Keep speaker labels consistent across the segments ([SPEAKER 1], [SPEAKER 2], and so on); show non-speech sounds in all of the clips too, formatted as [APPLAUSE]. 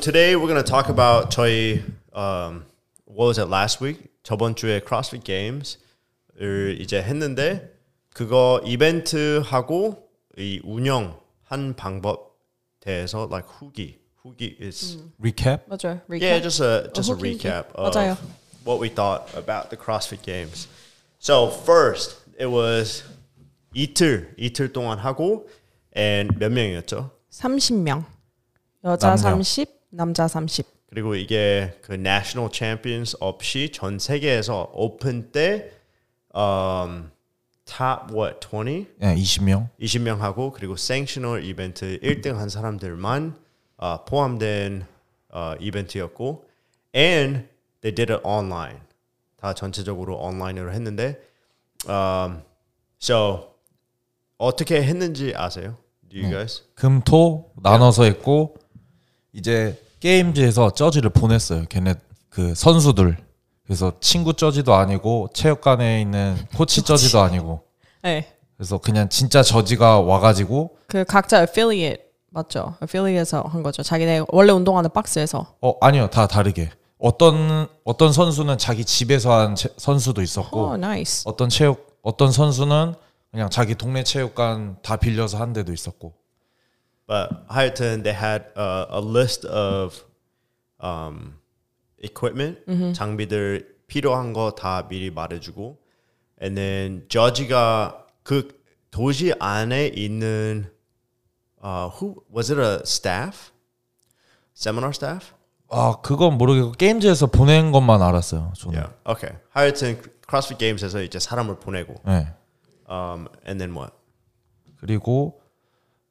[SPEAKER 1] today we're gonna talk about 저희 um, what was it last week? 저번 주에 CrossFit Games를 이제 했는데 그거 이벤트 하고 이 운영한 방법 대해서 like 후기 후기 is
[SPEAKER 2] Recap.
[SPEAKER 3] 맞아요. 리캡.
[SPEAKER 1] Yeah, 예, just a just a
[SPEAKER 3] hooky, yeah.
[SPEAKER 1] recap of
[SPEAKER 3] 맞아요.
[SPEAKER 1] what we thought about the CrossFit Games. So first, it was 이틀 이틀 동안 하고 and 몇 명이었죠?
[SPEAKER 3] 30명. 여자
[SPEAKER 2] 남녀.
[SPEAKER 3] 30, 남자 30.
[SPEAKER 1] 그리고 이게 그 national champions 없이 전 세계에서 오픈 때 um, top what 20
[SPEAKER 2] 예, 20명.
[SPEAKER 1] 20명 하고 그리고 sanctional 이벤트 1등 한 사람들만 어, 포함된 어, 이벤트였고 and they did it online 다 전체적으로 온라인으로 했는데 um, so 어떻게 했는지 아세요? Do you guys?
[SPEAKER 2] 금, 토 나눠서 했고 이제 게임즈에서 저지를 보냈어요. 걔네 그 선수들. 그래서 친구 저지도 아니고 체육관에 있는 코치 저지도 아니고.
[SPEAKER 3] 네.
[SPEAKER 2] 그래서 그냥 진짜 저지가 와가지고
[SPEAKER 3] 그 각자 affiliate 맞죠? affiliate에서 한 거죠. 자기네 원래 운동하는 박스에서.
[SPEAKER 2] 어 아니요 다 다르게 어떤 어떤 선수는 자기 집에서 한 체- 선수도 있었고
[SPEAKER 3] 오, 나이스.
[SPEAKER 2] 어떤 네. 체육 어떤 선수는 그냥 자기 동네 체육관 다 빌려서 한 데도 있었고
[SPEAKER 1] But 하여튼 they had a, a list of um, equipment 장비들 필요한 거 다 미리 말해주고 and then 저지가 그 도시 안에 있는 uh, who was it a staff seminar staff
[SPEAKER 2] 아 그건 모르겠고 게임즈에서 보낸 것만 알았어요 저는
[SPEAKER 1] yeah okay 하여튼 CrossFit Games에서 이제 사람을 보내고
[SPEAKER 2] 네.
[SPEAKER 1] um, and then what
[SPEAKER 2] 그리고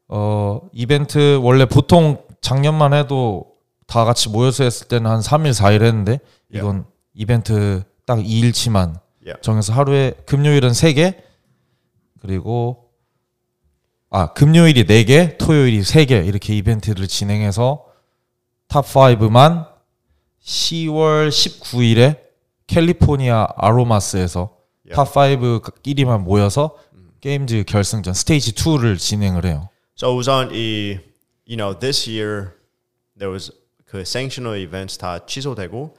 [SPEAKER 2] 어 이벤트 원래 보통 작년만 해도 다 같이 모여서 했을 때는 한 3일 4일 했는데 이건 이벤트 딱 2일치만
[SPEAKER 1] Yeah.
[SPEAKER 2] 정해서 하루에 금요일은 3개 그리고 아 금요일이 4개 토요일이 3개 이렇게 이벤트를 진행해서 탑5만 10월 19일에 캘리포니아 아로마스에서
[SPEAKER 1] Yeah.
[SPEAKER 2] 탑5끼리만 모여서 게임즈 결승전 스테이지 2를 진행을 해요.
[SPEAKER 1] So 우선 이 you know this year there was 그 sanctional events 다 취소되고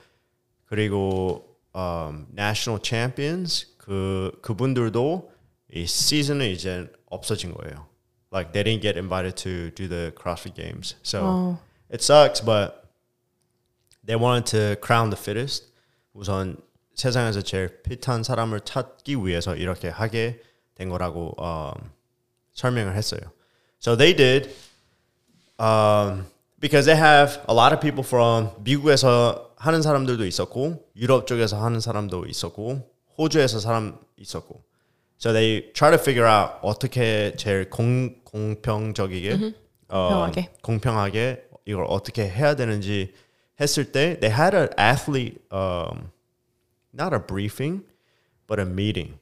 [SPEAKER 1] 그리고 um, national champions 그 그분들도 이 시즌은 이제 없어진 거예요. Like they didn't get invited to do the CrossFit Games, so
[SPEAKER 3] 어.
[SPEAKER 1] it sucks. But they wanted to crown the fittest. 우선 세상에서 제일 핏한 사람을 찾기 위해서 이렇게 하게 된 거라고 um, 설명을 했어요. So they did um, because they have a lot of people from 미국에서 하는 사람들도 있었고 유럽 쪽에서 하는 사람도 있었고 호주에서 사람 있었고 So they try to figure out 어떻게 제일 공, 공평적이게 어,
[SPEAKER 3] 공평하게.
[SPEAKER 1] 공평하게 이걸 어떻게 해야 되는지 했을 때 they had an athlete um, not a briefing but a meeting.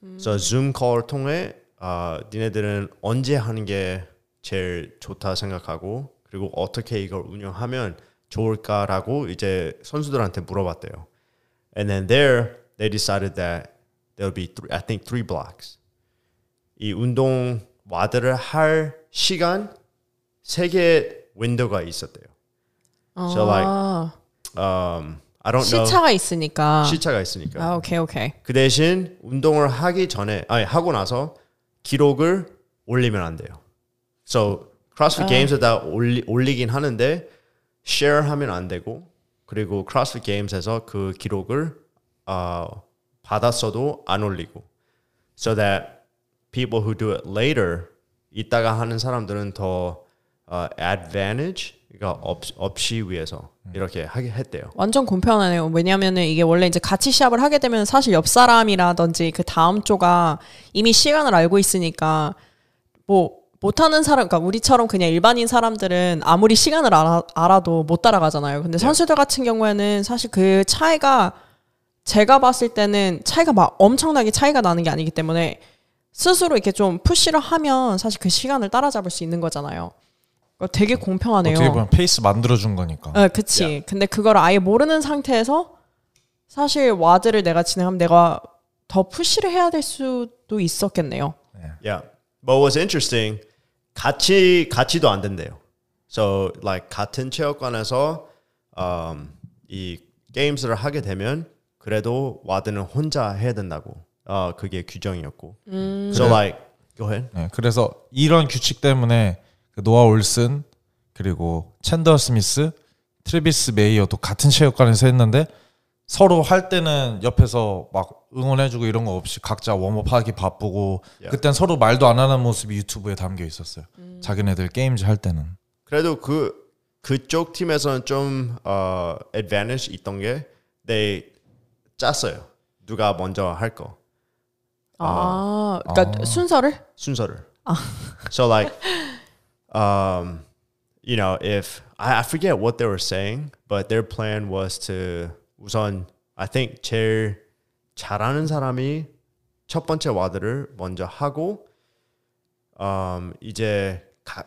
[SPEAKER 1] 그래서 Zoom 콜을 통해 아 니네들은 언제 하는 게 제일 좋다 생각하고 그리고 어떻게 이걸 운영하면 좋을까라고 이제 선수들한테 물어봤대요. And then there they decided that there would be three, I think three blocks. 이 운동 와드를 할 시간 세 개의 윈도가 있었대요. So like
[SPEAKER 3] 아,
[SPEAKER 1] um, I don't know
[SPEAKER 3] 시차가 있으니까.
[SPEAKER 1] 시차가 있으니까.
[SPEAKER 3] 아, 오케이, 오케이.
[SPEAKER 1] 그 대신 운동을 하기 전에 아니 하고 나서 기록을 올리면 안 돼요. So CrossFit Games에다 올리, 올리긴 하는데 share 하면 안 되고 그리고 CrossFit Games에서 그 기록을 어, 받았어도 안 올리고 so that people who do it later 이따가 하는 사람들은 더 어, advantage가 없, 없이 위해서 이렇게 하게 했대요.
[SPEAKER 3] 완전 공평하네요. 왜냐면은 이게 원래 이제 같이 시합을 하게 되면 사실 옆 사람이라든지 그 다음 조가 이미 시간을 알고 있으니까 뭐 못하는 사람, 그러니까 우리처럼 그냥 일반인 사람들은 아무리 시간을 알아, 알아도 못 따라가잖아요.
[SPEAKER 2] 네.
[SPEAKER 3] 근데 선수들 같은 경우에는 사실 그 차이가 제가 봤을 때는 차이가 막 엄청나게 차이가 나는 게 아니기 때문에 스스로 이렇게 좀 푸시를 하면 사실 그 시간을 따라잡을 수 있는 거잖아요. 그러니까 되게 공평하네요.
[SPEAKER 2] 어떻게 보면 페이스 만들어 준 거니까.
[SPEAKER 3] 어, 그치.
[SPEAKER 1] Yeah.
[SPEAKER 3] 근데 그걸 아예 모르는 상태에서 사실 와드를 내가 진행하면 내가 더 푸시를 해야 될 수도 있었겠네요.
[SPEAKER 1] Yeah. But what's interesting, 같이 같이도 안 된대요. So like 같은 체육관에서 um, 이 게임스를 하게 되면 그래도 와드는 혼자 해야 된다고. 어 그게 규정이었고. So like go ahead.
[SPEAKER 2] 네, 그래서 이런 규칙 때문에 그 노아 올슨 그리고 챈더 스미스, 트리비스 메이어도 같은 체육관에서 했는데 서로 할 때는 옆에서 막 응원해주고 이런 거 없이 각자 웜업하기 바쁘고 그땐 서로 말도 안 하는 모습이 유튜브에 담겨 있었어요. 자기네들 게임즈 할 때는
[SPEAKER 1] 그래도 그 그쪽 팀에서는 좀 어, advantage 있던 게 they 짰어요. 누가 먼저 할 거.
[SPEAKER 3] 아, 그러니까 순서를?
[SPEAKER 1] 순서를. So like, um, you know, if I, I forget what they were saying, but their plan was to 우선 I think 제일 잘하는 사람이 첫 번째 와드를 먼저 하고, um, 이제 가,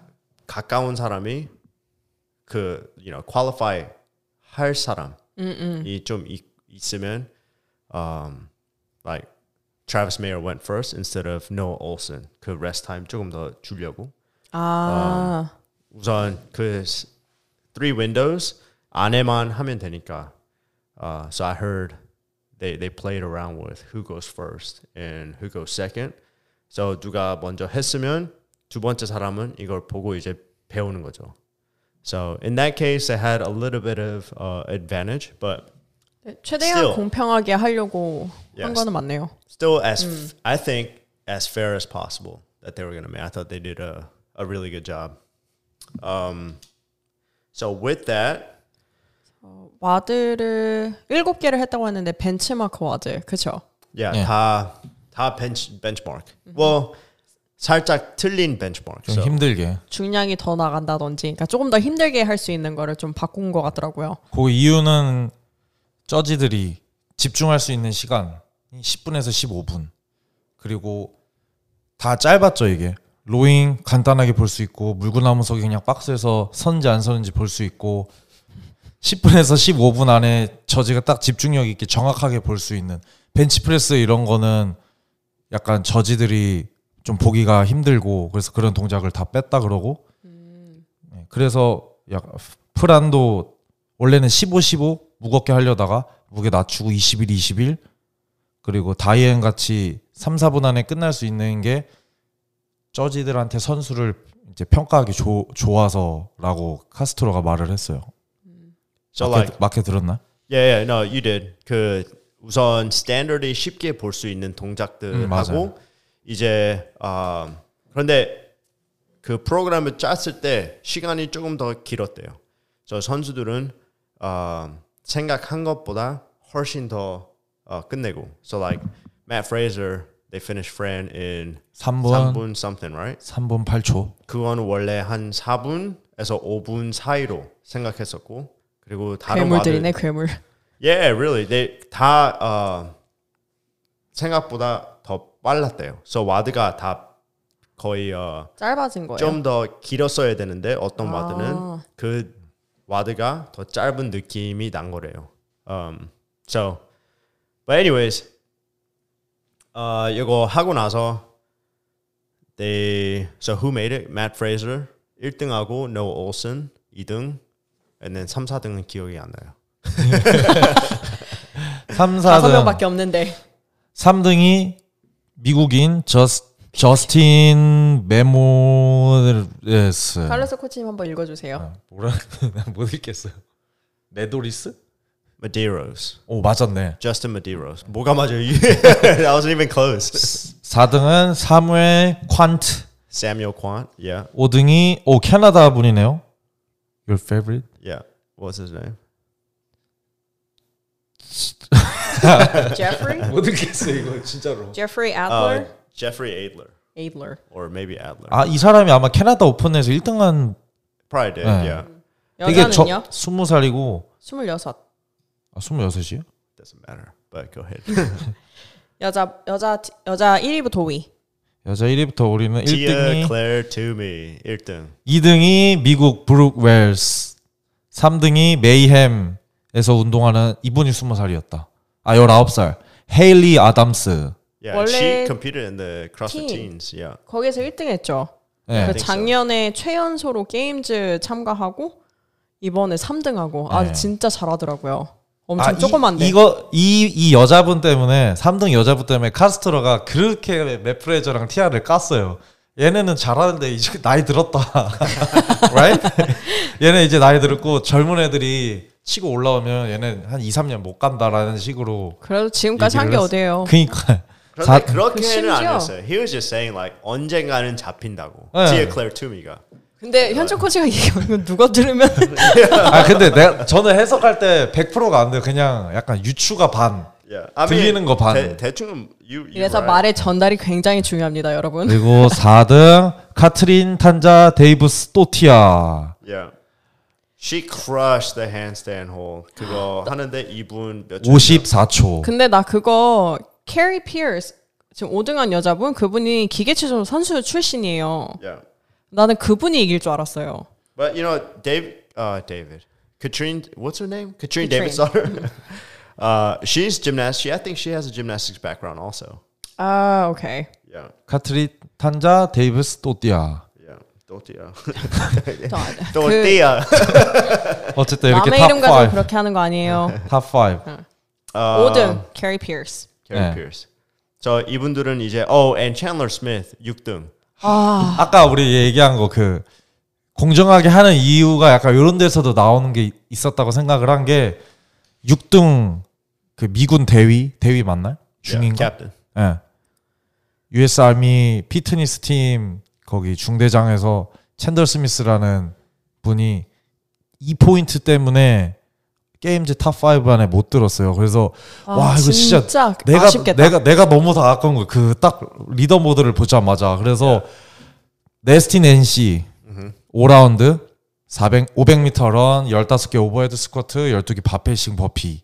[SPEAKER 1] 가까운 사람이 그 you know qualify 할 사람이 좀 있, 있으면, um, like Travis Mayer went first instead of Noah Olsen. 그 rest time 조금 더 주려고.
[SPEAKER 3] 아,
[SPEAKER 1] 우선 그 s- three windows 안에만 하면 되니까. Uh, so I heard they they played around with who goes first and who goes second. So 누가 먼저 했으면 두 번째 사람은 이걸 보고 이제 배우는 거죠. So in that case, they had a little bit of uh, advantage, but
[SPEAKER 3] 네, 최대한
[SPEAKER 1] still.
[SPEAKER 3] 공평하게 하려고 한
[SPEAKER 1] Yes.
[SPEAKER 3] 거는 맞네요.
[SPEAKER 1] still as f- I think as fair as possible that they were going to make. I thought they did a, a really good job. Um, so with that,
[SPEAKER 3] 와드를 일곱 개를 했다고 했는데 벤치마크 와드, 그렇죠?
[SPEAKER 1] yeah,
[SPEAKER 2] Yeah.
[SPEAKER 1] 다, 다 bench, benchmark. Well, 살짝 틀린 benchmark.
[SPEAKER 2] 좀
[SPEAKER 1] So,
[SPEAKER 2] 힘들게.
[SPEAKER 3] 중량이 더 나간다든지, 그러니까 조금 더 힘들게 할 수 있는 거를 좀 바꾼 것 같더라고요.
[SPEAKER 2] 그 이유는 저지들이 집중할 수 있는 시간 10분에서 15분 그리고 다 짧았죠 이게 로잉 간단하게 볼 수 있고 물구나무석이 그냥 박스에서 선지 안 서는지 볼 수 있고 10분에서 15분 안에 저지가 딱 집중력 있게 정확하게 볼 수 있는 벤치프레스 이런 거는 약간 저지들이 좀 보기가 힘들고 그래서 그런 동작을 다 뺐다 그러고 네, 그래서 약 프란도 원래는 15, 15 무겁게 하려다가 무게 낮추고 21, 21 그리고 다이앤 같이 3, 4분 안에 끝날 수 있는 게 저지들한테 선수를 이제 평가하기 조, 좋아서라고 카스트로가 말을 했어요.
[SPEAKER 1] so
[SPEAKER 2] 맞게,
[SPEAKER 1] like,
[SPEAKER 2] 맞게 들었나?
[SPEAKER 1] yeah, yeah, 예, no, you did. 그 우선 standard이 쉽게 볼 수 있는 동작들
[SPEAKER 2] 음, 맞아요.
[SPEAKER 1] 하고 이제 아 그런데 그 프로그램을 짰을 때 시간이 조금 더 길었대요. 저 선수들은 어, 생각한 것보다 훨씬 더 어, 끝내고. So like Matt Fraser, they finished Fran in
[SPEAKER 2] 3분, 3분,
[SPEAKER 1] 3분 something, right?
[SPEAKER 2] 8초.
[SPEAKER 1] 그건 원래 한 4분에서 5분 사이로 생각했었고 그리고 다른 와들-
[SPEAKER 3] 괴물들이네 괴물.
[SPEAKER 1] Yeah, 예, really. They 다 어, 생각보다 더 빨랐대요. So 와드가 다 거의 어,
[SPEAKER 3] 짧아진 거예요.
[SPEAKER 1] 좀 더 길었어야 되는데 어떤 와드는
[SPEAKER 3] 아.
[SPEAKER 1] 그 와드가 더 짧은 느낌이 난 거래요. Um, so, but anyways, 어, 이거 하고 나서 they so who made it? Matt Fraser 1등하고 Noah Olsen 2등, and then 3, 4등은 기억이 안 나요.
[SPEAKER 2] 3,
[SPEAKER 3] 다섯
[SPEAKER 2] 4등.
[SPEAKER 3] 명밖에 없는데
[SPEAKER 2] 3등이 미국인 저스, 저스틴 메모레스.
[SPEAKER 3] 칼로스 코치님 한번 읽어주세요.
[SPEAKER 2] 아, 뭐라 난못 읽겠어요. 메도리스?
[SPEAKER 1] Medeiros.
[SPEAKER 2] 오 맞았네.
[SPEAKER 1] Justin Medeiros. 뭐가 맞아요? [LAUGHS] that wasn't even close.
[SPEAKER 2] 4등은 사무엘 퀀트.
[SPEAKER 1] Samuel Quant. Yeah,
[SPEAKER 2] 5등이 오 캐나다 분이네요. Your favorite?
[SPEAKER 1] yeah. What's his name?
[SPEAKER 3] 제프리,
[SPEAKER 2] 못 읽겠어 이거 진짜로.
[SPEAKER 3] 제프리
[SPEAKER 1] Uh,
[SPEAKER 2] 아,
[SPEAKER 3] 애들러,
[SPEAKER 1] Jeffrey Adler
[SPEAKER 2] 예.
[SPEAKER 3] 에이들러.
[SPEAKER 1] or maybe Adler.
[SPEAKER 2] 아이 사람이 아마 캐나다 오픈에서 1등한
[SPEAKER 1] Probably did.
[SPEAKER 2] 네.
[SPEAKER 1] Yeah,
[SPEAKER 2] 되게 저
[SPEAKER 3] 여자는요?
[SPEAKER 2] 20살이고
[SPEAKER 3] 스물여섯.
[SPEAKER 2] 아, 26이요?
[SPEAKER 1] doesn't matter. But go
[SPEAKER 2] [LAUGHS]
[SPEAKER 1] ahead.
[SPEAKER 3] 여자 여자 티- 여자 1위부터 5위.
[SPEAKER 2] 여자 1위부터 우리는
[SPEAKER 1] Tia
[SPEAKER 2] 1등이
[SPEAKER 1] Claire Toomey 1등.
[SPEAKER 2] 2등이 미국 브룩 웰스. 3등이 메이햄에서 운동하는 이분이 20살이었다. 아 19살. 헤일리 아담스.
[SPEAKER 1] Yeah, and she
[SPEAKER 3] 원래
[SPEAKER 1] competed in the CrossFit
[SPEAKER 3] teen.
[SPEAKER 1] teens. Yeah,
[SPEAKER 3] 거기에서 1등했죠.
[SPEAKER 2] 네.
[SPEAKER 3] 그
[SPEAKER 1] think so.
[SPEAKER 3] 작년에 최연소로 게임즈 참가하고 이번에 3등하고 아
[SPEAKER 2] 네.
[SPEAKER 3] 진짜 잘하더라고요. 엄청
[SPEAKER 2] 아,
[SPEAKER 3] 어, 조그만데.
[SPEAKER 2] 이, 이거 이, 이 여자분 때문에 3등 여자분 때문에 카스트로가 그렇게 맥프레저랑 티아를 깠어요. 얘네는 잘하는데 이제 나이 들었다. [LAUGHS] right? 얘네 이제 나이 들었고 젊은 애들이 치고 올라오면 얘는 한 2, 3년 못 간다라는 식으로
[SPEAKER 3] 그래도 지금까지 한 게
[SPEAKER 2] 얘기를
[SPEAKER 3] 어디예요?
[SPEAKER 2] 그러니까 사,
[SPEAKER 1] 그런데 그렇게는
[SPEAKER 3] 그
[SPEAKER 1] 안
[SPEAKER 3] 심지어-
[SPEAKER 1] 했어요. He was just saying like 언젠가는 잡힌다고.
[SPEAKER 2] 네.
[SPEAKER 1] 지에 클레어 투미가.
[SPEAKER 3] 근데 현준 코치가 [LAUGHS] 얘기하는 건
[SPEAKER 2] [LAUGHS]
[SPEAKER 3] 누가 들으면
[SPEAKER 2] 아 근데 내가 저는 해석할 때 100%가 안 돼요. 그냥 약간 유추가 반.
[SPEAKER 1] Yeah. I mean,
[SPEAKER 2] 들리는 거 반.
[SPEAKER 1] 대, 대충은 you, you
[SPEAKER 3] 그래서
[SPEAKER 1] right.
[SPEAKER 3] 말의 전달이 굉장히 중요합니다, 여러분.
[SPEAKER 2] 그리고 4등 카트린 탄자 데이브 스토티아.
[SPEAKER 1] Yeah. She crushed the handstand hold.
[SPEAKER 2] [GASPS]
[SPEAKER 1] 그거 하는데 이분 몇 초?
[SPEAKER 2] 54초.
[SPEAKER 3] 근데 나 그거 캐리 피어스 지금 5등한 여자분 그분이 기계체조 선수 출신이에요.
[SPEAKER 1] [LAUGHS] Yeah.
[SPEAKER 3] 나는 그분이 이길 줄 알았어요.
[SPEAKER 1] But you know, Dave, uh, David, Katrine, what's her name? Katrine,
[SPEAKER 3] Katrine.
[SPEAKER 1] David's daughter.
[SPEAKER 2] [LAUGHS]
[SPEAKER 1] [LAUGHS] uh, she's gymnast. She, I think she has a gymnastics background also.
[SPEAKER 3] 아, 오케이.
[SPEAKER 1] Yeah,
[SPEAKER 2] 카트린 탄자 데이브 스토티아.
[SPEAKER 1] yeah. [LAUGHS] Tortilla.
[SPEAKER 3] 또 안-
[SPEAKER 1] Tortilla.
[SPEAKER 2] [LAUGHS] 어쨌든 이렇게
[SPEAKER 3] 남의 이름 가지고
[SPEAKER 2] 탑5.
[SPEAKER 3] 그렇게 하는 거 아니에요.
[SPEAKER 2] 네. 탑5. 아.
[SPEAKER 1] Uh,
[SPEAKER 3] 5등 캐리 피어스.
[SPEAKER 1] Carrie
[SPEAKER 2] 네.
[SPEAKER 1] Pierce. 저 이분들은 이제 oh and Chandler Smith 6등.
[SPEAKER 3] 아,
[SPEAKER 2] 아까 우리 얘기한 거 그 공정하게 하는 이유가 약간 이런 데서도 나오는 게 있었다고 생각을 한 게 6등 그 미군 대위 대위 맞나요?
[SPEAKER 1] Yeah,
[SPEAKER 2] 중인가?
[SPEAKER 1] captain.
[SPEAKER 2] 예. US 아미 피트니스 팀 거기 중대장에서 챈들 스미스라는 분이 이 포인트 때문에 게임즈 탑5 안에 못 들었어요. 그래서
[SPEAKER 3] 아,
[SPEAKER 2] 와 이거 진짜,
[SPEAKER 3] 진짜 그
[SPEAKER 2] 내가
[SPEAKER 3] 아쉽겠다.
[SPEAKER 2] 내가 내가 너무 다 아까운 거야. 그딱 리더 모드를 보자마자 그래서 네스틴 NC 5라운드 400 500m 런 15개 오버헤드 스쿼트 12개 바페싱 버피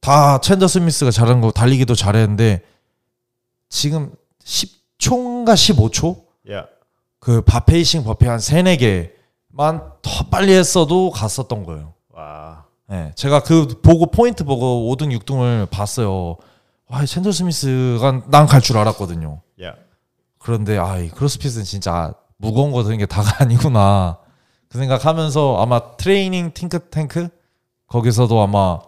[SPEAKER 2] 다 챈더 스미스가 잘한 거 달리기도 잘했는데 지금 10초인가 15초
[SPEAKER 1] Yeah.
[SPEAKER 2] 그 바페이싱 버피 한 3, 4개만 더 빨리 했어도 갔었던 거예요.
[SPEAKER 1] Wow.
[SPEAKER 2] 예, 제가 그 보고 포인트 보고 5등 6등을 봤어요. 와, 이 챈들 스미스가 난 갈 줄 알았거든요.
[SPEAKER 1] Yeah.
[SPEAKER 2] 그런데 아, 이 크로스핏은 진짜 무거운 거 드는 게 다가 [LAUGHS] 아니구나. 그 생각하면서 아마 트레이닝 팅크탱크 거기서도 아마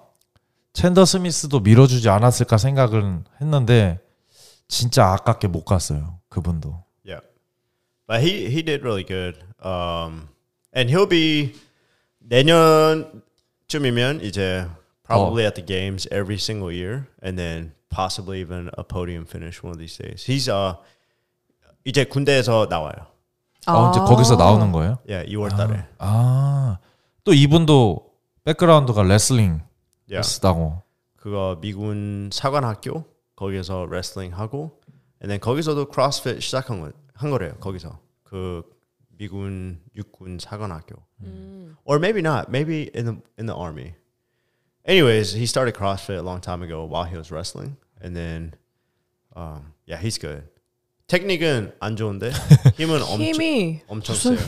[SPEAKER 2] 챈더 스미스도 밀어주지 않았을까 생각은 했는데 진짜 아깝게 못 갔어요. 그분도.
[SPEAKER 1] Yeah. But he he did really good. Um and he'll be 내년쯤이면 이제 uh, probably at the games every single year and then possibly even a podium finish one of these days. He's uh 이제 군대에서 나와요.
[SPEAKER 2] 아, 이제 거기서 나오는 거예요?
[SPEAKER 1] Yeah, 2월 달에.
[SPEAKER 2] 아, 또 이분도 백그라운드가 레슬링
[SPEAKER 1] Yeah.
[SPEAKER 2] 쓰다고.
[SPEAKER 1] 그거 미군 사관학교 거기에서 레슬링 하고 and then 거기서도 크로스핏 시작한 거, 한 거래요. 거기서. 그 미군 육군 사관학교. Or maybe not. Maybe in the in the army. Anyways, he started CrossFit a long time ago while he was wrestling and then um yeah, he's good. 테크닉은 안 좋은데 [LAUGHS] 힘은 엄청
[SPEAKER 3] 힘이
[SPEAKER 1] 엄청 세요.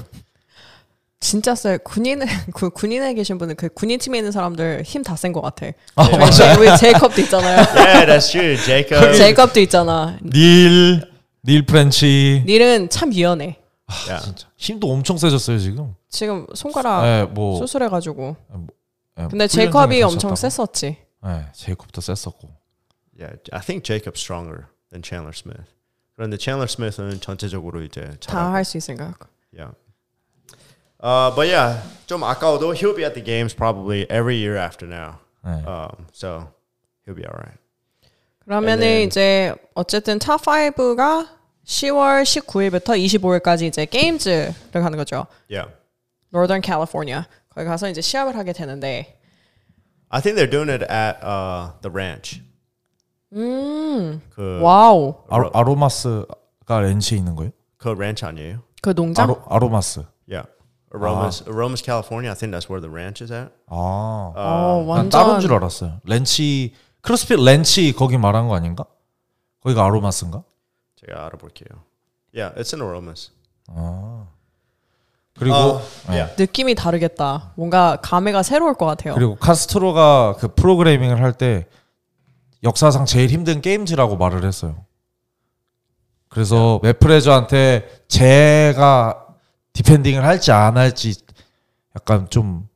[SPEAKER 3] 진짜 쎄. 군인 [LAUGHS] 그 군인에 계신 분은 그 군인 팀에 있는 사람들 힘 다 센 것 같아.
[SPEAKER 2] 아,
[SPEAKER 3] 저희 제- 우리 제이컵도 있잖아요.
[SPEAKER 2] [LAUGHS]
[SPEAKER 1] Yeah, that's true. [LAUGHS]
[SPEAKER 2] 네.
[SPEAKER 1] Jacob.
[SPEAKER 3] [LAUGHS] 제이컵도 있잖아.
[SPEAKER 2] 닐, 닐 프렌치.
[SPEAKER 3] 닐은 참 유연해.
[SPEAKER 1] Yeah.
[SPEAKER 2] 진짜 힘도 엄청 세졌어요 지금.
[SPEAKER 3] 지금 손가락
[SPEAKER 2] 예, 뭐.
[SPEAKER 3] 수술해가지고.
[SPEAKER 2] 예,
[SPEAKER 3] 아, 근데
[SPEAKER 2] 훈련장에
[SPEAKER 3] 제이컵이 엄청
[SPEAKER 2] 다쳤다고.
[SPEAKER 3] 셌었지.
[SPEAKER 2] 예, 제이콥도 셌었고.
[SPEAKER 1] Yeah, I think Jacob's stronger than Chandler Smith. 그런데 Chandler Smith은 전체적으로 이제
[SPEAKER 3] 다
[SPEAKER 1] 잘하고.
[SPEAKER 3] 할 수 있을 것 같고.
[SPEAKER 1] Yeah. Uh, but yeah, 좀 아까워도 he'll be at the games probably every year after now.
[SPEAKER 2] 예.
[SPEAKER 1] Um, so he'll be all right.
[SPEAKER 3] 그러면은
[SPEAKER 1] 네.
[SPEAKER 3] 이제 어쨌든 탑 5가 10월 19일부터 25일까지 이제 게임즈를 하는 거죠.
[SPEAKER 1] Yeah.
[SPEAKER 3] Northern California 거기 가서 이제 시합을 하게 되는데
[SPEAKER 1] I think they're doing it at uh, the ranch.
[SPEAKER 2] 네.
[SPEAKER 1] 그,
[SPEAKER 3] 와우
[SPEAKER 2] 아로, 아로마스가 렌치에 있는 거예요?
[SPEAKER 1] 그 ranch 아니에요?
[SPEAKER 3] 그 농장
[SPEAKER 2] 아로, 아로마스.
[SPEAKER 1] Yeah. Aromas, Aromas, California. I think that's where the ranch is at.
[SPEAKER 2] 아,
[SPEAKER 3] 어,
[SPEAKER 2] 난
[SPEAKER 3] 완전
[SPEAKER 2] 다른 줄 알았어요. 렌치 크로스핏 렌치 거기 말한 거 아닌가? 거기가 아로마스인가?
[SPEAKER 1] 제가 알아볼게요. Yeah, it's in Aromas. Uh,
[SPEAKER 2] 그리고
[SPEAKER 1] 어, yeah.
[SPEAKER 3] 느낌이 다르겠다. 뭔가 감회가 새로울 것 같아요.
[SPEAKER 2] 그리고 카스트로가 그 프로그래밍을 할 때 역사상 제일 힘든 게임즈라고 말을 했어요. 그래서 웹프레저한테 제가 디펜딩을 할지 안 할지 약간 좀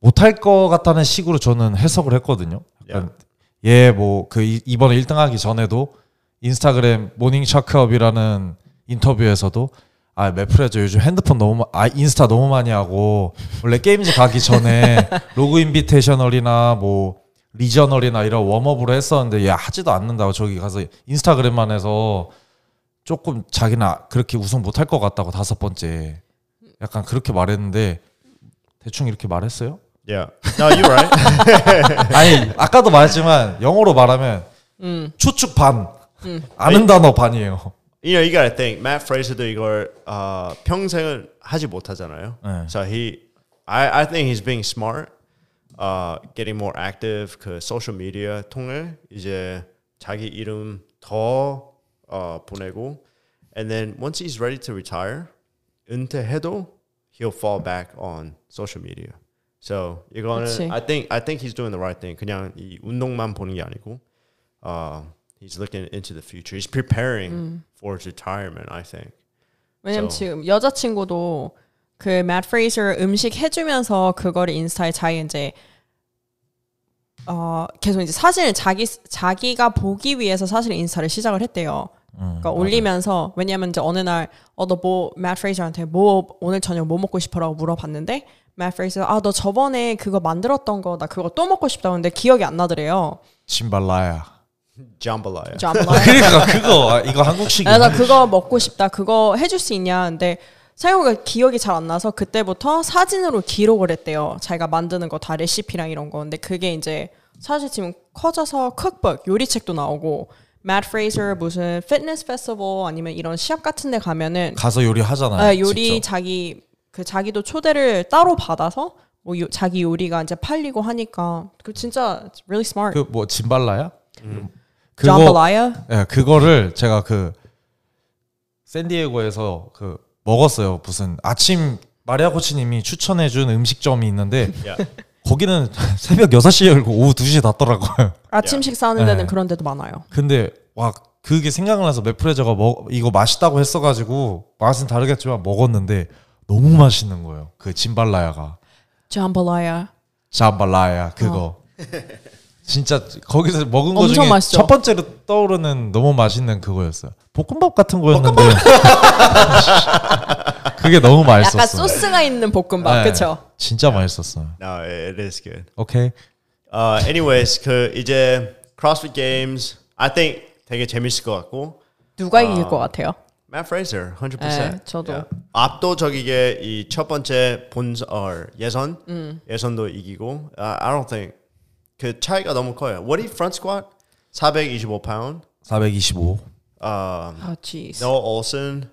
[SPEAKER 2] 못할 것 같다는 식으로 저는 해석을 했거든요. 약간 얘 뭐 그 이번에 1등하기 전에도 인스타그램 모닝 샤크업이라는 인터뷰에서도 아 웹프레저 요즘 핸드폰 너무 마- 아 인스타 너무 많이 하고 원래 게임즈 가기 전에 로그 인비테이셔널이나 뭐 리저널이나 이런 웜업으로 했었는데 얘 하지도 않는다고 저기 가서 인스타그램만 해서 조금 자기는 아- 그렇게 우승 못할 것 같다고 다섯 번째 약간 그렇게 말했는데 대충 이렇게 말했어요?
[SPEAKER 1] Yeah. No, you're right.
[SPEAKER 2] 아니 아까도 말했지만 영어로 말하면
[SPEAKER 3] 음.
[SPEAKER 2] 추측 반 아는 단어 반이에요.
[SPEAKER 1] you know, you gotta think. Matt Fraser도 이걸 어, 평생은 하지 못하잖아요.
[SPEAKER 2] 네.
[SPEAKER 1] So he, I, I think he's being smart, uh, getting more active. 그 social media 통해 이제 자기 이름 더 어, 보내고, and then once he's ready to retire, 은퇴해도 he'll fall back on social media. So 이거는
[SPEAKER 3] 그치.
[SPEAKER 1] I think I think he's doing the right thing. 그냥 이 운동만 보는 게 아니고, uh, he's looking into the future. He's preparing for his retirement. I think.
[SPEAKER 3] 왜냐면
[SPEAKER 1] So.
[SPEAKER 3] 지금 여자친구도 그 Matt Fraser 음식 해주면서 그거를 인스타에 자기 이제 어 계속 이제 사진을 자기 자기가 보기 위해서 사실 인스타를 시작을 했대요. 그러니까 올리면서 왜냐면 이제 어느 날어너뭐 Matt Fraser한테 뭐 오늘 저녁 뭐 먹고 싶어라고 물어봤는데 Matt Fraser 아너 저번에 그거 만들었던 거 나 그거 또 먹고 싶다고 했는데 기억이 안 나더래요.
[SPEAKER 2] 짐발라야.
[SPEAKER 1] Jambalaya.
[SPEAKER 3] 저 아무나
[SPEAKER 2] 그러니까 그거 아, 이거 한국식이
[SPEAKER 3] 네, 그래서 그거 먹고 싶다. 그거 해줄 수 있냐? 근데 생각보다 기억이 잘 안 나서 그때부터 사진으로 기록을 했대요. 자기가 만드는 거 다 레시피랑 이런 거. 근데 그게 이제 사실 지금 커져서 쿡북 요리책도 나오고 Matt Fraser 무슨 피트니스 페스티벌 아니면 이런 시합 같은 데 가면은
[SPEAKER 2] 가서 요리하잖아요.
[SPEAKER 3] 아, 요리
[SPEAKER 2] 직접.
[SPEAKER 3] 자기 그 자기도 초대를 따로 받아서 뭐 요- 자기 요리가 이제 팔리고 하니까 그 진짜 it's really smart.
[SPEAKER 2] 그 뭐 짐발라야?
[SPEAKER 3] 음.
[SPEAKER 2] 그거
[SPEAKER 3] Jambalaya?
[SPEAKER 2] 예, 그거를 제가 그 샌디에고에서 그 먹었어요. 무슨 아침 마리아 코치님이 추천해 준 음식점이 있는데
[SPEAKER 1] Yeah.
[SPEAKER 2] 거기는 [LAUGHS] 새벽 6시에 열고 오후 2시에 닫더라고요.
[SPEAKER 3] 아침 식사하는 데는
[SPEAKER 2] 네.
[SPEAKER 3] 그런 데도 많아요.
[SPEAKER 2] 근데 와 그게 생각나서 맥프레저가 먹 이거 맛있다고 했어가지고 맛은 다르겠지만 먹었는데 너무 맛있는 거예요. 그 짐발라야가
[SPEAKER 3] Jambalaya.
[SPEAKER 2] 자발라야 그거 [LAUGHS] 진짜 거기서 먹은 거
[SPEAKER 3] 어. 엄청
[SPEAKER 2] 중에
[SPEAKER 3] 맛있죠.
[SPEAKER 2] 첫 번째로 떠오르는 너무 맛있는 그거였어요. 볶음밥 같은 거였는데 [LAUGHS] 그게 너무 맛있었어. 네.
[SPEAKER 3] 약간 소스가 있는 볶음밥, 그쵸?
[SPEAKER 2] 진짜 맛있었어요.
[SPEAKER 1] No, it is good.
[SPEAKER 2] 오케이.
[SPEAKER 1] Uh, anyways, 그 이제 CrossFit Games, I think 되게 재밌을 것 같고
[SPEAKER 3] 누가 이길 것 같아요?
[SPEAKER 1] Matt Fraser, 100%.
[SPEAKER 3] 네, 저도.
[SPEAKER 1] Yeah. 압도적이게 이 첫 번째 본선 or 예선
[SPEAKER 3] 음.
[SPEAKER 1] 예선도 이기고 uh, I don't think 그 차이가 너무 커요. What if front squat 425 pound? Um,
[SPEAKER 2] 425.
[SPEAKER 3] 아, jeez.
[SPEAKER 1] Noah Olson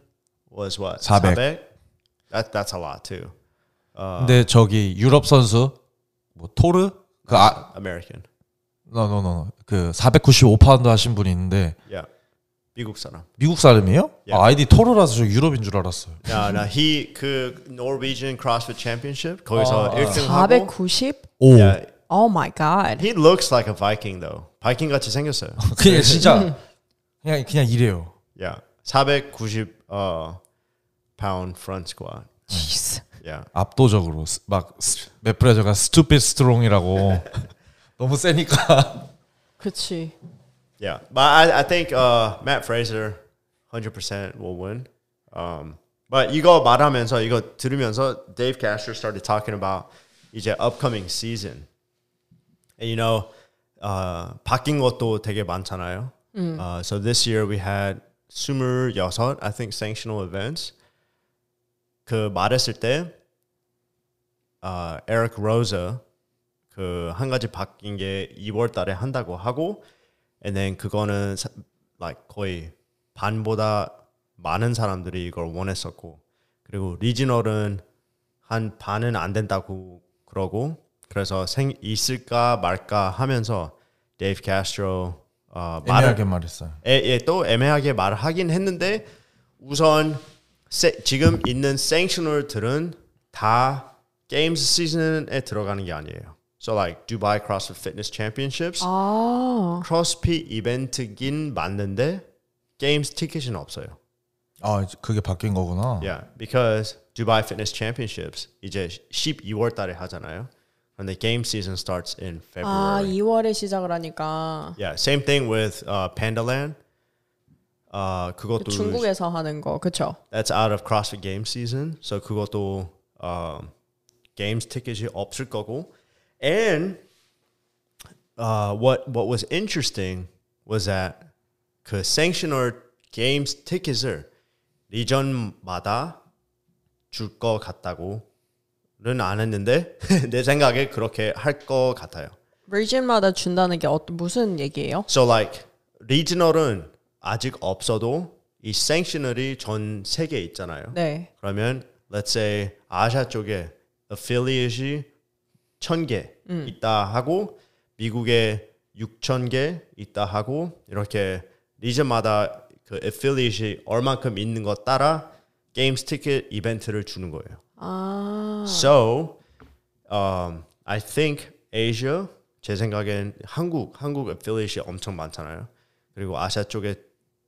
[SPEAKER 1] was what
[SPEAKER 2] 400.
[SPEAKER 1] 400? That that's a lot too.
[SPEAKER 2] 근데 저기 유럽 선수 뭐 토르 그아
[SPEAKER 1] American.
[SPEAKER 2] 노노노 그 495파운드 하신 분이 있는데
[SPEAKER 1] Yeah. 미국 사람.
[SPEAKER 2] 미국 사람이에요?
[SPEAKER 1] 예.
[SPEAKER 2] 아, 아이디 토르라서 저 유럽인 줄 알았어요.
[SPEAKER 1] 야, 나 he 그 Norwegian CrossFit Championship 거기서
[SPEAKER 3] 아.
[SPEAKER 1] 1등하고
[SPEAKER 3] 490?
[SPEAKER 2] 오.
[SPEAKER 1] Yeah,
[SPEAKER 3] Oh my god.
[SPEAKER 1] he looks like a Viking though. 바이킹 같이 생겼어요.
[SPEAKER 2] 그냥 진짜 그냥 그냥 이래요.
[SPEAKER 1] Yeah. 490 어, pound front squat.
[SPEAKER 3] jeez.
[SPEAKER 1] Yeah.
[SPEAKER 2] 압도적으로 스- 막 스- 맵프레저가 stupid [LAUGHS] strong이라고 너무 세니까
[SPEAKER 3] 그치.
[SPEAKER 1] Yeah. But I, I think uh, Matt Fraser 100% will win. Um, but 이거 말하면서 이거 들으면서 Dave Casher started talking about 이제 upcoming season. And you know, uh, 바뀐 것도 되게 많잖아요. Uh, so this year we had 26, I think, sanctional events. 그 말했을 때 아, 에릭 로저 그 한 가지 바뀐 게 2월 달에 한다고 하고 and then 그거는 사- like 거의 반보다 많은 사람들이 이걸 원했었고 그리고 리지널은 한 반은 안 된다고 그러고 그래서 생 있을까 말까 하면서 데이브 캐스트로 어, 말을
[SPEAKER 2] [LAUGHS] 애매하게 말했어요.
[SPEAKER 1] 예, 예, 또 애매하게 말하긴 했는데 우선 세- 지금 있는 sanctioner들은 다 게임스 시즌에 들어가는 게 아니에요. So like Dubai CrossFit Fitness Championships
[SPEAKER 3] 아,
[SPEAKER 1] 크로스핏 이벤트긴 맞는데 게임스 티켓은 없어요.
[SPEAKER 2] 아 이제 그게 바뀐 거구나.
[SPEAKER 1] Yeah, because Dubai Fitness Championships 이제 12월 달에 하잖아요. And the game season starts in
[SPEAKER 3] 아,
[SPEAKER 1] February.
[SPEAKER 3] 2월에 시작을 하니까
[SPEAKER 1] yeah, same thing with uh, Pandaland. Uh, 그것도
[SPEAKER 3] 중국에서 하는 거, 그쵸?
[SPEAKER 1] that's out of CrossFit game season. So 그것도 um, games ticket이 없을 거고. And uh, what what was interesting was that 그 sanctioner games ticket을 리전마다 줄 것 같다고는 안 했는데 [LAUGHS] 내 생각에 그렇게 할 것 같아요.
[SPEAKER 3] 리진마다 준다는 게 어떤 무슨 얘기예요?
[SPEAKER 1] So like 리지널은 아직 없어도 이 sanctioner이 전 세계에 있잖아요.
[SPEAKER 3] 네.
[SPEAKER 1] 그러면 let's say 아시아 쪽에 affiliate이 1000개
[SPEAKER 3] 음.
[SPEAKER 1] 있다 하고 미국에 6000개 있다 하고 이렇게 리전마다 그 affiliate이 얼만큼 있는 것 따라 게임스 티켓 이벤트를 주는 거예요.
[SPEAKER 3] 아,
[SPEAKER 1] So, um, I think Asia 제 생각엔 한국 한국 affiliate이 엄청 많잖아요. 그리고 아시아 쪽에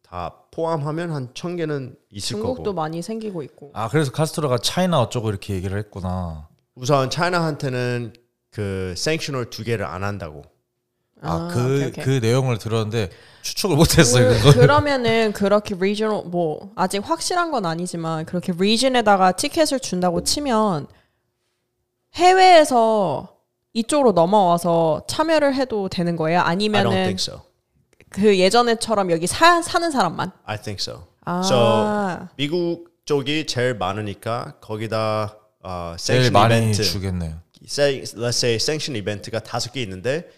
[SPEAKER 1] 다 포함하면 한 1000개는 있을 거고.
[SPEAKER 3] 중국도 많이 생기고 있고.
[SPEAKER 2] 아 그래서 카스트로가 차이나 어쩌고 이렇게 얘기를 했구나.
[SPEAKER 1] 우선 차이나한테는 그 섹셔널 두 개를 안 한다고.
[SPEAKER 3] 아,
[SPEAKER 2] 아 그 그
[SPEAKER 3] 오케이, 오케이.
[SPEAKER 2] 내용을 들었는데 추측을
[SPEAKER 1] 네,
[SPEAKER 2] 못했어요.
[SPEAKER 3] 그,
[SPEAKER 2] 그거.
[SPEAKER 3] 그러면은 그렇게 리전 뭐 아직 확실한 건 아니지만 그렇게 리전에다가 티켓을 준다고 치면 해외에서 이쪽으로 넘어와서 참여를 해도 되는 거예요?
[SPEAKER 1] I don't
[SPEAKER 3] 아니면은
[SPEAKER 1] think so.
[SPEAKER 3] 그 예전에처럼 여기 사, 사는 사람만?
[SPEAKER 1] I think so.
[SPEAKER 3] 아.
[SPEAKER 1] So 미국 쪽이 제일 많으니까 거기다 어,
[SPEAKER 2] 제일
[SPEAKER 1] 섹션
[SPEAKER 2] 많이
[SPEAKER 1] 이벤트,
[SPEAKER 2] 주겠네요.
[SPEAKER 1] say, let's say 섹션 이벤트가 다섯 개 있는데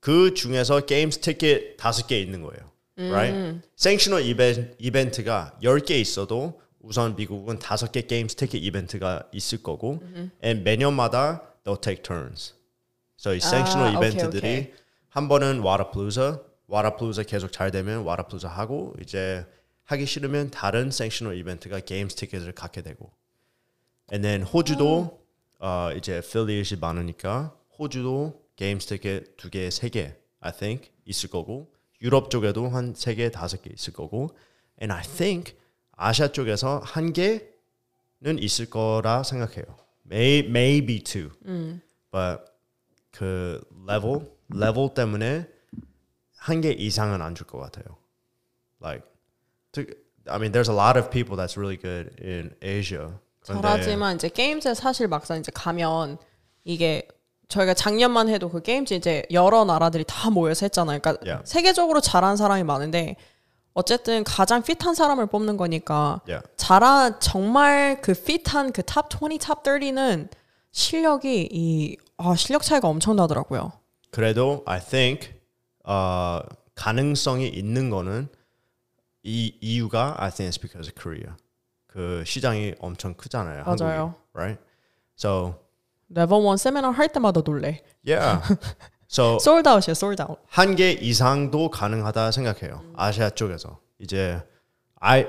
[SPEAKER 1] 그 중에서 게임스 티켓 다섯 개 있는 거예요. Right? 섹셔널 이벤, 이벤트가 10개 있어도 우선 미국은 다섯 개 게임스 티켓 이벤트가 있을 거고 and 매년마다 they'll take turns. So 이 섹셔널
[SPEAKER 3] 아, 오케이,
[SPEAKER 1] 이벤트들이
[SPEAKER 3] 오케이.
[SPEAKER 1] 한 번은 와라플루자, 와라플루자 계속 잘 되면 와라플루자 하고 이제 하기 싫으면 다른 섹셔널 이벤트가 게임스 티켓을 갖게 되고 And then 호주도 어, 이제 affiliate이 많으니까 호주도 게임스 티켓 두 개, 세 개, I think 있을 거고 유럽 쪽에도 한 세 개, 다섯 개 있을 거고 and I think 아시아 쪽에서 한 개는 있을 거라 생각해요. May, maybe two. But 그 level level 때문에 한 개 이상은 안 줄 것 같아요. Like, to, I mean, there's a lot of people that's really good in Asia. 그런데-
[SPEAKER 3] 잘하지만 이제 게임즈 사실 막상 이제 가면 이게 저희가 작년만 해도 그 게임즈 이제 여러 나라들이 다 모여서 했잖아요. 그러니까
[SPEAKER 1] Yeah.
[SPEAKER 3] 세계적으로 잘한 사람이 많은데 어쨌든 가장 핏한 사람을 뽑는 거니까
[SPEAKER 1] Yeah.
[SPEAKER 3] 잘한 정말 그 핏한 그 탑 20, 탑 30는 실력이 이 아, 실력 차이가 엄청 나더라고요.
[SPEAKER 1] 그래도 I think 어, 가능성이 있는 거는 이 이유가 I think it's because of Korea. 그 시장이 엄청 크잖아요.
[SPEAKER 3] 맞아요.
[SPEAKER 1] 한국이, right? So
[SPEAKER 3] 레벨 1 세미나 할 때마다 놀래. [LAUGHS]
[SPEAKER 1] yeah. So
[SPEAKER 3] 솔드아웃이에요, 솔드아웃.
[SPEAKER 1] 한 개 이상도 가능하다 생각해요. 아시아 쪽에서 이제 아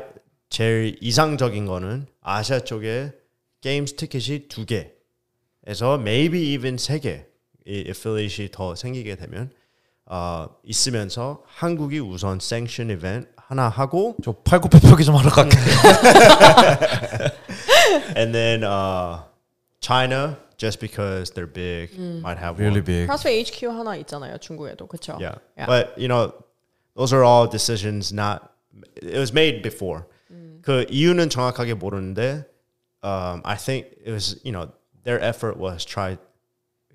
[SPEAKER 1] 제일 이상적인 거는 아시아 쪽에 게임스 티켓이 두 개에서 maybe even 세 개. 이 affiliate이 더 생기게 되면 어, 있으면서 한국이 우선 sanction event 하나 하고
[SPEAKER 2] 저 팔굽혀펴기 좀 하러 갈게.
[SPEAKER 1] and then uh, China just because they're big might have one.
[SPEAKER 2] really big.
[SPEAKER 3] 크로스웨이 HQ 하나 있잖아요, 중국에도. 그렇죠?
[SPEAKER 1] Yeah. But you know, those are all decisions not it was made before. 그 이유는 정확하게 모르는데 um, I think it was you know their effort was try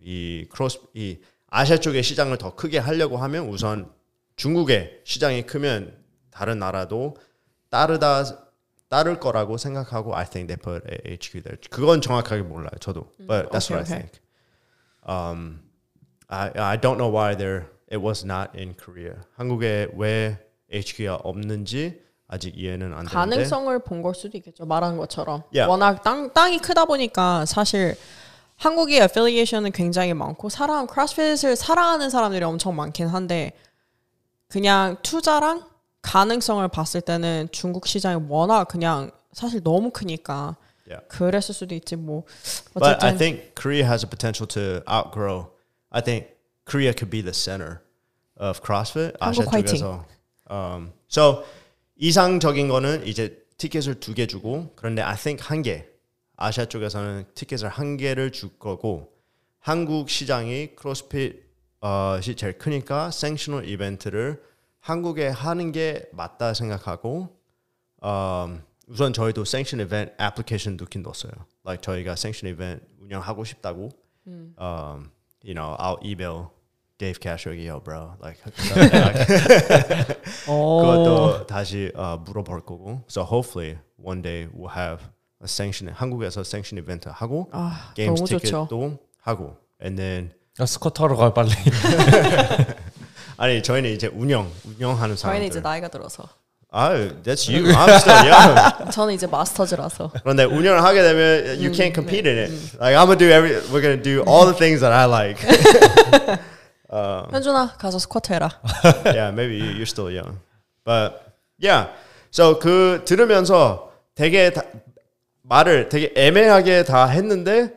[SPEAKER 1] 이 크로스 이 아시아 쪽의 시장을 더 크게 하려고 하면 우선 중국의 시장이 크면 다른 나라도 따르다 따를 거라고 생각하고 I think they put a HQ there. 그건 정확하게 몰라요. 저도. But that's
[SPEAKER 3] 오케이,
[SPEAKER 1] what I
[SPEAKER 3] 오케이.
[SPEAKER 1] think. I I don't know why there it was not in Korea. 한국에 왜 HQ가 없는지 아직 이해는 안 되는데.
[SPEAKER 3] 가능성을 본 걸 수도 있겠죠. 말한 것처럼
[SPEAKER 1] Yeah.
[SPEAKER 3] 워낙 땅 땅이 크다 보니까 사실 한국의 affiliation은 굉장히 많고 사람 크로스핏을 사랑하는 사람들이 엄청 많긴 한데 그냥 투자랑 가능성을 봤을 때는 중국 시장이 워낙 그냥 사실 너무 크니까
[SPEAKER 1] Yeah.
[SPEAKER 3] 그랬을 수도 있지 뭐
[SPEAKER 1] But I
[SPEAKER 3] 어쨌든
[SPEAKER 1] think Korea has a potential to outgrow. I think Korea could be the center of CrossFit. 아시아
[SPEAKER 3] 한국 화이팅.
[SPEAKER 1] 쪽에서. Um, so 이상적인 음, 거는 이제 티켓을 두 개 주고 그런데 I think 한 개. 아시아 쪽에서는 티켓을 한 개를 줄 거고 한국 시장이 크로스핏 어, 시 제일 크니까 생셔널 이벤트를 한국에 하는 게 맞다 생각하고 음, 우선 저희도 sanction event application 넣긴 넣었어요. Like 저희가 sanction event 운영하고 싶다고. Um, you know, I'll email Dave Cashio, yo, bro. Like [LAUGHS]
[SPEAKER 3] 어.
[SPEAKER 1] 그것도 다시 어, 물어볼 거고. So hopefully one day we'll have a sanction 한국에서 sanction event 하고
[SPEAKER 3] 아,
[SPEAKER 1] games
[SPEAKER 3] 너무 좋죠.
[SPEAKER 1] ticket도 하고. And then
[SPEAKER 2] 야, 그 스쿼트 하러 가 빨리.
[SPEAKER 1] 아니 저희는 이제 운영 운영하는
[SPEAKER 3] 저희는
[SPEAKER 1] 사람들.
[SPEAKER 3] 이제 나이가 들어서
[SPEAKER 1] 아, that's you. I'm still young.
[SPEAKER 3] 저는 이제
[SPEAKER 1] [LAUGHS]
[SPEAKER 3] 마스터즈라서
[SPEAKER 1] 그런데 운영을 하게 되면
[SPEAKER 3] 음,
[SPEAKER 1] you can't
[SPEAKER 3] 네,
[SPEAKER 1] compete in it. Like I'm gonna do every, we're gonna do all the things that I like. 어.
[SPEAKER 3] 현준아 가서 스쿼트 해라.
[SPEAKER 1] yeah, maybe you, you're still young, but yeah. So 그 들으면서 되게 다, 말을 되게 애매하게 다 했는데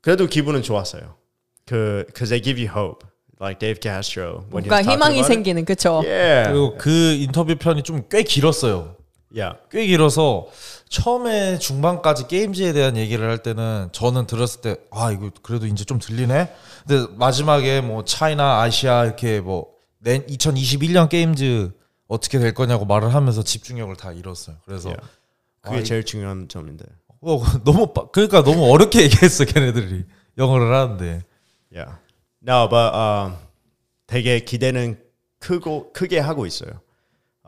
[SPEAKER 1] 그래도 기분은 좋았어요. 그 because they give you hope, like Dave Castro. when he
[SPEAKER 3] 뭔가
[SPEAKER 1] was talking
[SPEAKER 3] 희망이
[SPEAKER 1] about it.
[SPEAKER 3] 생기는
[SPEAKER 1] 예.
[SPEAKER 3] 그쵸?
[SPEAKER 1] Yeah,
[SPEAKER 2] 그리고 그 인터뷰 편이 좀 꽤 길었어요.
[SPEAKER 1] yeah,
[SPEAKER 2] 꽤 길어서 처음에 중반까지 게임즈에 대한 얘기를 할 때는 저는 들었을 때 아 이거 그래도 이제 좀 들리네. 근데 마지막에 뭐 차이나 아시아 이렇게 뭐낸 2021년 게임즈 어떻게 될 거냐고 말을 하면서 집중력을 다 잃었어요. 그래서
[SPEAKER 1] yeah. 그게 제일 중요한 점인데.
[SPEAKER 2] 어, [LAUGHS] 너무 빠- 그러니까 너무 어렵게 [LAUGHS] 얘기했어 걔네들이 영어를 하는데
[SPEAKER 1] Yeah. No, but um, 되게 기대는 크고 크게 하고 있어요.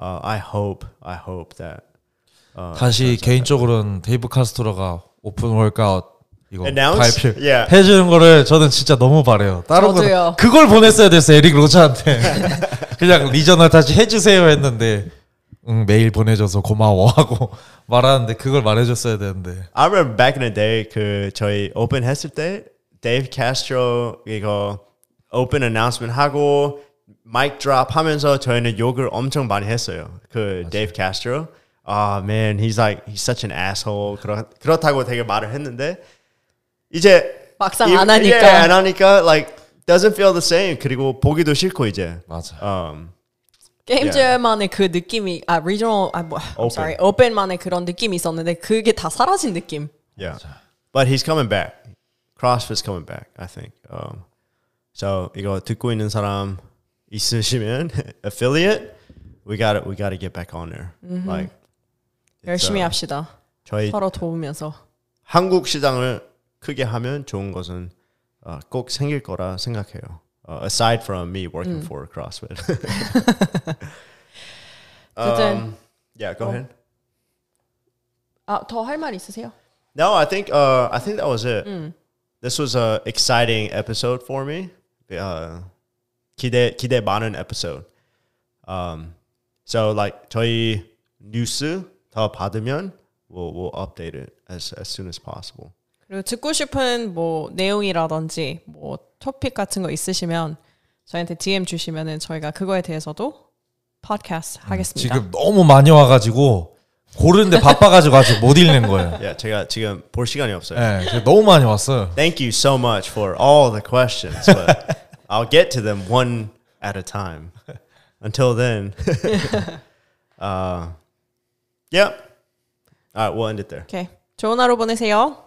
[SPEAKER 1] Uh, I hope, I hope that.
[SPEAKER 2] 다시 개인적으로는 데이브 카스토라가 오픈 월드아웃 이거
[SPEAKER 1] Announce?
[SPEAKER 2] 발표
[SPEAKER 1] Yeah.
[SPEAKER 2] 해주는 거를 저는 진짜 너무 바래요. 다른
[SPEAKER 3] 저도요.
[SPEAKER 2] 거 그걸 보냈어야 됐어 에릭
[SPEAKER 3] [LAUGHS]
[SPEAKER 2] 로저한테 그냥 리저널 다시 해주세요 했는데 응, 메일 보내줘서 고마워 하고 [LAUGHS] 말하는데 그걸 말해줬어야 되는데
[SPEAKER 1] I remember back in the day 그 저희 오픈 했을 때 Dave Castro 이거 오픈 announcement 하고 마이크 드롭 하면서 저희는 욕을 엄청 많이 했어요. 그 Dave Castro. Ah man, he's like he's such an asshole. 그렇, 그렇다고 되게 말을 했는데 이제
[SPEAKER 3] 막상
[SPEAKER 1] 이-
[SPEAKER 3] 안 하니까.
[SPEAKER 1] 예, 안 하니까 like doesn't feel the same. 그리고 보기도 싫고 이제.
[SPEAKER 2] 맞아.
[SPEAKER 1] Um,
[SPEAKER 3] 게임즈만의 그 느낌이 아 리저널 아뭐
[SPEAKER 1] Open.
[SPEAKER 3] sorry 오펜만의 그런 느낌이 있었는데 그게 다 사라진 느낌.
[SPEAKER 1] yeah. But he's coming back. CrossFit's coming back, I think. Um, so 이거 듣고 있는 사람 있으시면 [LAUGHS] affiliate, we got to we got to get back on there. Like it's,
[SPEAKER 3] 열심히
[SPEAKER 1] uh,
[SPEAKER 3] 합시다.
[SPEAKER 1] 저희
[SPEAKER 3] 서로 도우면서.
[SPEAKER 1] 한국 시장을 크게 하면 좋은 것은 어, 꼭 생길 거라 생각해요. 어, aside from me working for CrossFit. [LAUGHS] Um,
[SPEAKER 3] 어쨌든
[SPEAKER 1] yeah, go ahead.
[SPEAKER 3] 아더 할 말 있으세요?
[SPEAKER 1] No, I think uh, I think that was it. This was a exciting episode for me. Uh, 기대 기대 많은 episode. Um, so like 저희 뉴스 더 받으면 we'll we'll update it as as soon as possible.
[SPEAKER 3] 그리고 듣고 싶은 뭐 내용이라든지 뭐 토픽 같은 거 있으시면 저희한테 DM 주시면은 저희가 그거에 대해서도 팟캐스트
[SPEAKER 1] 음,
[SPEAKER 3] 하겠습니다.
[SPEAKER 2] 지금 너무 많이 와가지고 고르는데 바빠가지고 아직 못 읽는 거예요.
[SPEAKER 1] Yeah, 제가 지금 볼 시간이 없어요.
[SPEAKER 2] 예, 그래서 너무 많이 왔어요.
[SPEAKER 1] Thank you so much for all the questions, but I'll get to them one at a time. Until then, [LAUGHS] uh, yeah. All right, we'll end it there.
[SPEAKER 3] 오케이. 좋은 하루 보내세요.